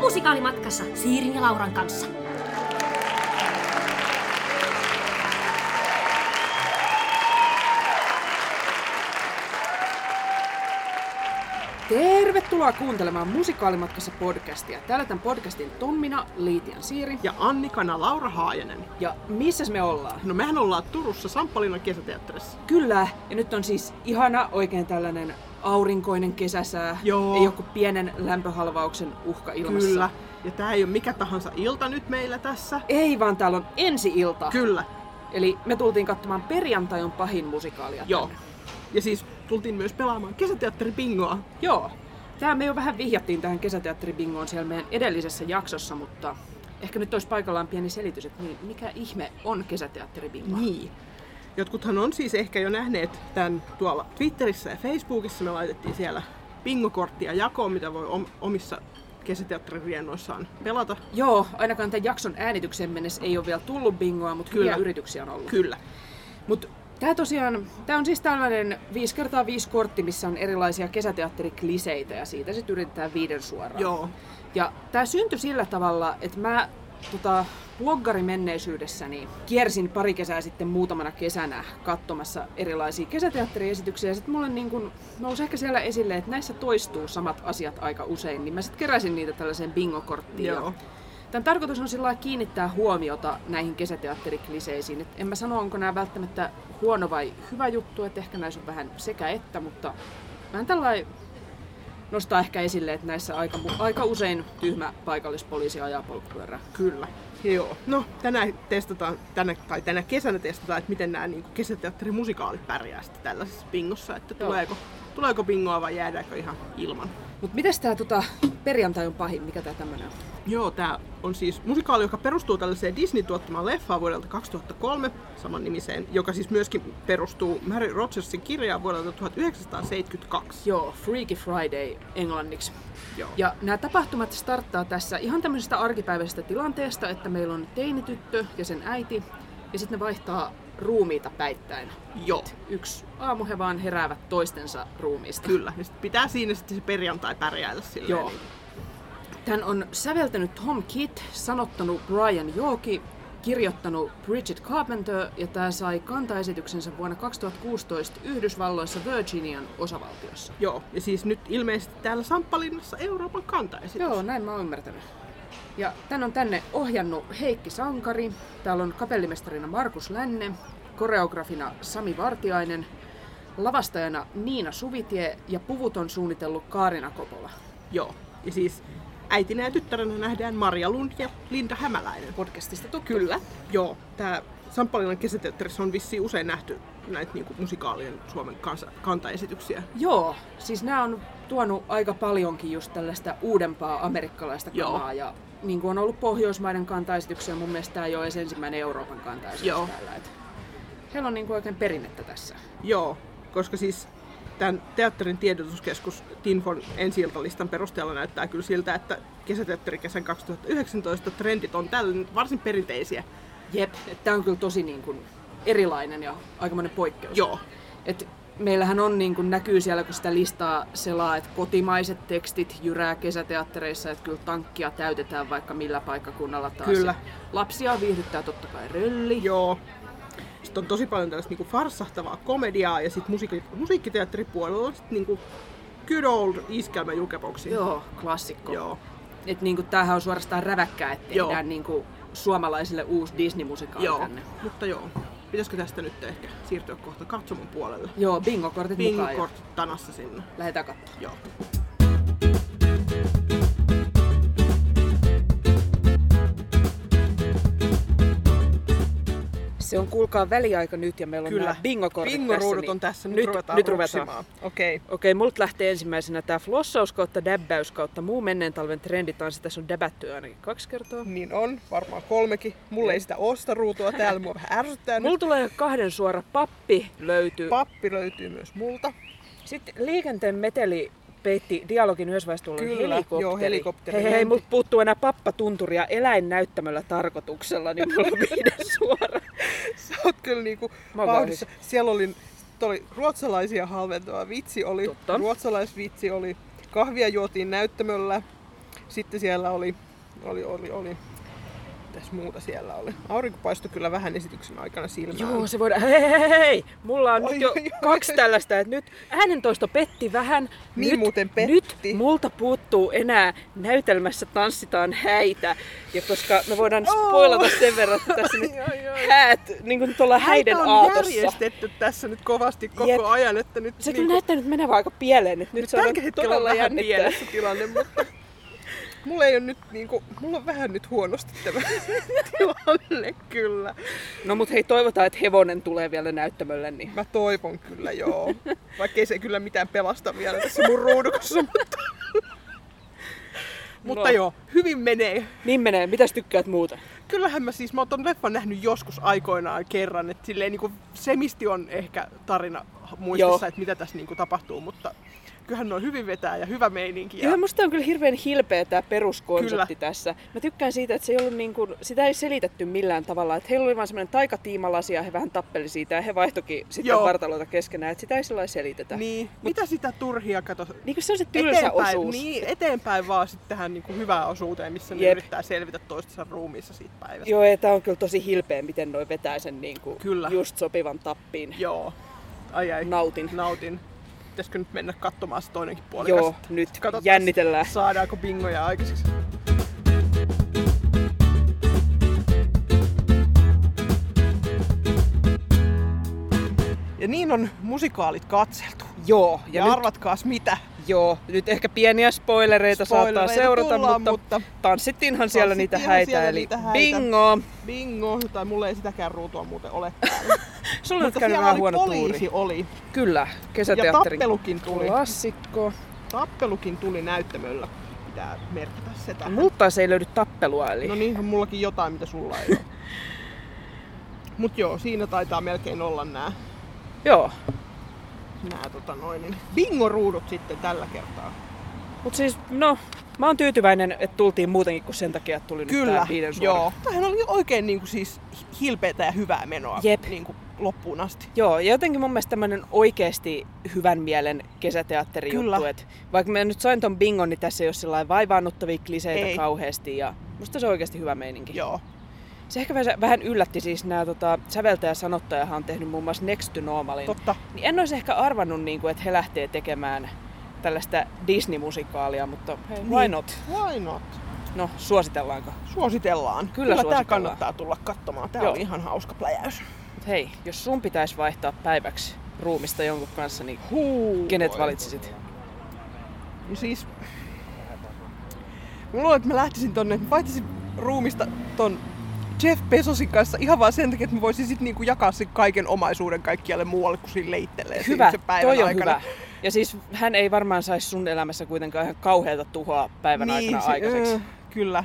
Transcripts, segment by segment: musikaalimatkassa Siirin ja Lauran kanssa. Tervetuloa kuuntelemaan Musikaalimatkassa podcastia. Täällä tämän podcastin Tommina, Liitian Siiri. ja Annikana Laura Haajanen. Ja missäs me ollaan? No mehän ollaan Turussa Samppalinan kesäteatterissa. Kyllä, ja nyt on siis ihana oikein tällainen aurinkoinen kesäsää. Joo. Ei joku pienen lämpöhalvauksen uhka ilmassa. Kyllä. Ja tää ei ole mikä tahansa ilta nyt meillä tässä. Ei vaan täällä on ensi ilta. Kyllä, Eli me tultiin katsomaan perjantai on pahin musikaalia. joo. Ja siis tultiin myös pelaamaan kesäteatteripingoa. Joo. Tämä me jo vähän vihjattiin tähän kesäteatteribingoon siellä meidän edellisessä jaksossa, mutta ehkä nyt olisi paikallaan pieni selitys, että mi- mikä ihme on kesäteatteribingo? Niin. Jotkuthan on siis ehkä jo nähneet tämän tuolla Twitterissä ja Facebookissa. Me laitettiin siellä bingokorttia jakoon, mitä voi om- omissa kesäteatteririennoissaan pelata. Joo, ainakaan tämän jakson äänitykseen mennessä ei ole vielä tullut bingoa, mutta kyllä Kyllä. yrityksiä on ollut. Kyllä. Mut tää tosiaan, tää on siis tällainen 5 kertaa 5 kortti, missä on erilaisia kesäteatterikliseitä ja siitä sitten yritetään viiden suoraan. Joo. Ja tää syntyi sillä tavalla, että mä tota, bloggarimenneisyydessäni kiersin pari kesää sitten muutamana kesänä katsomassa erilaisia kesäteatteriesityksiä. Ja sitten mulle niin kun nousi ehkä siellä esille, että näissä toistuu samat asiat aika usein, niin mä sitten keräsin niitä tällaiseen bingokorttiin. ja Joo. Tämän tarkoitus on sillä lailla kiinnittää huomiota näihin kesäteatterikliseisiin. Et en mä sano, onko nämä välttämättä huono vai hyvä juttu, että ehkä näissä on vähän sekä että, mutta vähän tällainen nostaa ehkä esille, että näissä aika, mu- aika usein tyhmä paikallispoliisi ajaa polkupyörää. Kyllä. Joo. No, tänään testataan, tänä, tai tänä kesänä testataan, että miten nämä niin kesäteatterin musikaalit pärjää sitten tällaisessa bingossa, että Joo. tuleeko, tuleeko bingoa vai jäädäänkö ihan ilman. Mutta mitäs tää tota, perjantai on pahin? Mikä tää tämmönen on? Joo, tämä on siis musikaali, joka perustuu tällaiseen Disney-tuottamaan leffaan vuodelta 2003, saman nimiseen, joka siis myöskin perustuu Mary Rogersin kirjaan vuodelta 1972. Joo, Freaky Friday englanniksi. Joo. Ja nämä tapahtumat starttaa tässä ihan tämmöisestä arkipäiväisestä tilanteesta, että meillä on teinityttö ja sen äiti, ja sitten ne vaihtaa ruumiita päittäin. Joo. Yksi aamu he vaan heräävät toistensa ruumiista. Kyllä. Ja sit pitää siinä sitten se perjantai pärjäillä silleen. niin. Joo. Tän on säveltänyt Tom Kitt, sanottanut Brian Yorki, kirjoittanut Bridget Carpenter ja tämä sai kantaesityksensä vuonna 2016 Yhdysvalloissa Virginian osavaltiossa. Joo. Ja siis nyt ilmeisesti täällä Samppalinnassa Euroopan kantaesitys. Joo, näin mä oon ymmärtänyt. Ja tän on tänne ohjannut Heikki Sankari, täällä on kapellimestarina Markus Länne, koreografina Sami Vartiainen, lavastajana Niina Suvitie ja puvut on suunnitellut Kaarina Kopola. Joo. Ja siis äitinä ja tyttärenä nähdään Maria Lund ja Linda Hämäläinen. Podcastista tuttu. Kyllä. Joo. Tää Samppalinan kesäteatterissa on vissiin usein nähty näitä niinku musikaalien Suomen kansa- kantaesityksiä. Joo, siis nämä on tuonut aika paljonkin just tällaista uudempaa amerikkalaista Joo. kamaa ja niin kuin on ollut Pohjoismaiden kantaesityksiä, mun mielestä tämä ei ole edes ensimmäinen Euroopan kantaesitys Joo. täällä. Et heillä on niin kuin oikein perinnettä tässä. Joo, koska siis tämän teatterin tiedotuskeskus Tinfon ensi iltalistan perusteella näyttää kyllä siltä, että kesäteatterikesän 2019 trendit on tällä nyt varsin perinteisiä. Jep, tämä on kyllä tosi niin kuin erilainen ja aikamoinen poikkeus. Joo. Et meillähän on niin kuin näkyy siellä, kun sitä listaa selaa, että kotimaiset tekstit jyrää kesäteattereissa, että kyllä tankkia täytetään vaikka millä paikkakunnalla taas. Kyllä. Ja Lapsia viihdyttää totta kai rölli. Joo. Sitten on tosi paljon tällaista niinku farsahtavaa komediaa ja sitten musiikki, musiikkiteatteripuolella on sitten niinku good old iskelmä jukeboksi. Joo, klassikko. Joo. Et niinku tämähän on suorastaan räväkkää, että Joo. tehdään niinku suomalaisille uusi Disney-musikaali joo. tänne. Mutta joo. Pitäisikö tästä nyt ehkä siirtyä kohta katsomon puolelle? Joo, bingokortit mukaan. ja Bingo-kortit tanassa sinne. Lähdetään katsomaan. Joo. Se on kuulkaa väliaika nyt ja meillä on Kyllä. nämä bingokortit Bingoruudut tässä, niin on tässä. Nyt, nyt, ruvetaan nyt ruvetaan. ruksimaan. Okei. Okay. Okei, multa lähtee ensimmäisenä tämä flossaus kautta däbäys kautta muu menneen talven trenditanssi. Tässä on däbätty ainakin kaksi kertaa. Niin on, varmaan kolmekin. Niin. Mulla ei sitä osta ruutua täällä, mua vähän ärsyttää Mulla nyt. tulee kahden suora pappi löytyy. Pappi löytyy myös multa. Sitten liikenteen meteli peitti dialogin yhdessä vaiheessa tullut Kyllä, helikopteri. joo, helikopteri. Hei, hei, mut puuttuu enää pappatunturia eläinnäyttämöllä tarkoituksella, niin mulla on viiden suora. Sä oot kyllä niinku Mä oon vauhdissa. Siellä oli, sit oli ruotsalaisia halventava vitsi, oli Totta. ruotsalaisvitsi, oli kahvia juotiin näyttämöllä. Sitten siellä oli, oli, oli, oli. Mitäs muuta siellä oli? Aurinko paistui kyllä vähän esityksen aikana silmään. Joo, se voidaan. Hei, hei, hei, hei. Mulla on Oi, nyt jo oi, oi. kaksi tällaista, että nyt äänentoisto petti vähän. Niin nyt, muuten petti. Nyt multa puuttuu enää näytelmässä tanssitaan häitä. Ja koska me voidaan spoilata sen verran, että tässä nyt häät, niin kuin tuolla häiden Näitä on aatossa. järjestetty tässä nyt kovasti koko Jep. ajan, että nyt Se niinku- kyllä näyttää nyt menevän aika pieleen, että nyt, nyt se on tällä hetkellä on todella vähän jännittävä. pielessä tilanne, mutta mulla ei ole nyt niinku, mulla on vähän nyt huonosti tämä tilanne kyllä. No mut hei, toivotaan, että hevonen tulee vielä näyttämölle, niin Mä toivon kyllä joo, vaikkei se kyllä mitään pelasta vielä tässä mun ruudukossa, mutta... Mutta No. joo, hyvin menee. Niin menee, mitäs tykkäät muuta? Kyllähän mä siis, mä oon ton leffan nähnyt joskus aikoinaan kerran, että silleen niinku semisti on ehkä tarina muistissa, Joo. että mitä tässä niinku tapahtuu, mutta kyllähän ne on hyvin vetää ja hyvä meininki. Joo, musta on kyllä hirveän hilpeä tämä peruskonsepti Kyllä. tässä. Mä tykkään siitä, että se ei ollut niin kuin, sitä ei selitetty millään tavalla. Että heillä oli vaan semmoinen taikatiimalasi ja he vähän tappeli siitä ja he vaihtoikin sitten Joo. vartaloita keskenään. Että sitä ei sillä lailla selitetä. Niin. Niin, mitä sitä turhia kato? niin kuin se on se tylsä osuus. Niin, eteenpäin vaan sitten tähän niin kuin hyvään osuuteen, missä ne Jep. yrittää selvitä toistensa ruumiissa siitä päivästä. Joo, ja tää on kyllä tosi hilpeä, miten noi vetää sen niin kuin Kyllä. just sopivan tappiin. Joo. Ai ai. Nautin. Nautin. Pitäisikö nyt mennä katsomaan se toinenkin puoli? Joo, nyt jännitellään. Saadaanko bingoja aikaiseksi? Ja niin on musikaalit katseltu. Joo, ja, Ja, nyt, arvatkaas mitä? joo, nyt ehkä pieniä spoilereita, Spoilereita saattaa seurata, tullaan, mutta, mutta- tanssittiinhan siellä niitä Tanssittiinhan häitä, siellä eli niitä häitä. bingo! Bingo, tai mulla ei sitäkään ruutua muuten ole. Sulla on nyt käynyt Mutta siellä vähän oli huono poliisi tuuri. oli. Kyllä, Ja kesäteatterin tappelukin tuli. klassikko. Tappelukin tuli näyttämöllä. Pitää merkitä se tähän. Multa taas ei löydy tappelua, eli No niinhän mullakin jotain, mitä sulla ei ole. Mut joo, siinä taitaa melkein olla nää, joo. nää tota noin, niin bingoruudut sitten tällä kertaa. Mut siis, no, mä oon tyytyväinen, että tultiin muutenkin kuin sen takia, että tuli nyt tää viiden suora. joo. Tämähän oli oikein niinku siis hilpeätä ja hyvää menoa Jep. niinku loppuun asti. Joo, ja jotenkin mun mielestä tämmönen oikeesti hyvän mielen kesäteatteri juttu, Kyllä. että vaikka mä nyt sain ton bingon, niin tässä ei ole sellainen vaivaannuttavia kliseitä Ei. kauheasti ja musta se on oikeasti hyvä meininki. Joo. Se ehkä vähän- vähän yllätti siis nämä tota, säveltäjä ja sanottajahan on tehnyt muun muassa Next to Normalin. Totta. Niin en olisi ehkä arvannut, niin kuin, että he lähtee tekemään tällaista Disney-musikaalia, mutta hei, why Niin. not? Why not? No, suositellaanko? Suositellaan. Kyllä, suositellaan. tää kannattaa tulla katsomaan. Tää Joo. oli ihan hauska pläjäys. Mut hei, jos sun pitäisi vaihtaa päiväksi ruumista jonkun kanssa, niin Huu, kenet voi. valitsisit? No siis... Mä luulen, että mä lähtisin tonne, mä vaihtisin ruumista ton Jeff Bezosin kanssa ihan vaan sen takia, että mä voisin sit niinku jakaa sen kaiken omaisuuden kaikkialle muualle, kun siinä leittelee siinä Hyvä, sen päivän toi on aikana. hyvä. Ja siis hän ei varmaan saisi sun elämässä kuitenkaan ihan kauheata tuhoa päivän niin, aikana aikaiseksi. äh, kyllä.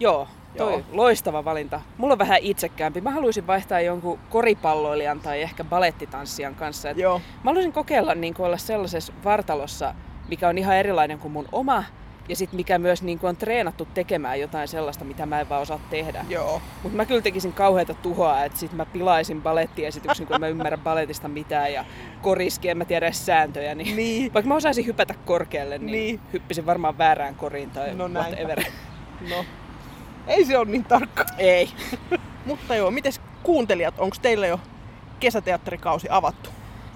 Joo, toi Joo. loistava valinta. Mulla on vähän itsekkäämpi. Mä haluaisin vaihtaa jonkun koripalloilijan tai ehkä balettitanssijan kanssa. Et Joo. Mä haluaisin kokeilla niin olla sellaisessa vartalossa, mikä on ihan erilainen kuin mun oma, ja sitten mikä myös niin on treenattu tekemään jotain sellaista, mitä mä en vaan osaa tehdä. Joo. Mutta mä kyllä tekisin kauheata tuhoa, että sit mä pilaisin balettiesityksen, kun mä ymmärrän baletista mitään, ja koriski, en mä tiedä edes sääntöjä. Niin... Niin. Vaikka mä osaisin hypätä korkealle, niin, Niin. hyppisin varmaan väärään koriin tai No näinpä. whatever. No. Ei se ole niin tarkka. Ei. Mutta joo, mites kuuntelijat, onko teillä jo kesäteatterikausi avattu?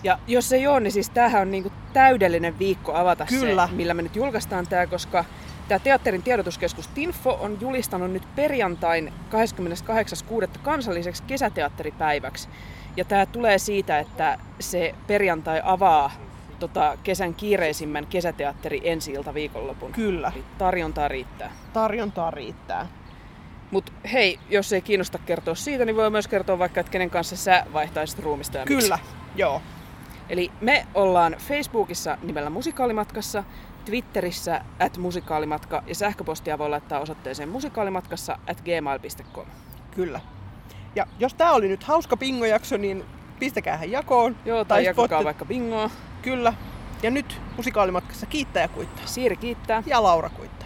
Ja jos ei ole, niin siis tämähän on niinku täydellinen viikko avata Kyllä. se, millä me nyt julkaistaan tämä, koska tämä teatterin tiedotuskeskus Tinfo on julistanut nyt perjantain 28.6. kansalliseksi kesäteatteripäiväksi. Ja tämä tulee siitä, että se perjantai avaa tota kesän kiireisimmän kesäteatteri ensi ilta viikonlopun. Kyllä. Eli tarjontaa riittää. Tarjontaa riittää. Mutta hei, jos ei kiinnosta kertoa siitä, niin voi myös kertoa vaikka, että kenen kanssa sä vaihtaisit ruumista ja miksi. Kyllä. Joo. Eli me ollaan Facebookissa nimellä Musikaalimatkassa, Twitterissä at musikaalimatka ja sähköpostia voi laittaa osoitteeseen musikaalimatkassa at gmail.com. Kyllä. Ja jos tää oli nyt hauska pingojakso, niin pistäkäähän jakoon. Joo, tai, sitten jakakaa voitte- vaikka bingoa. Kyllä. Ja nyt musikaalimatkassa kiittää ja kuittaa. Siiri kiittää. Ja Laura kuittaa.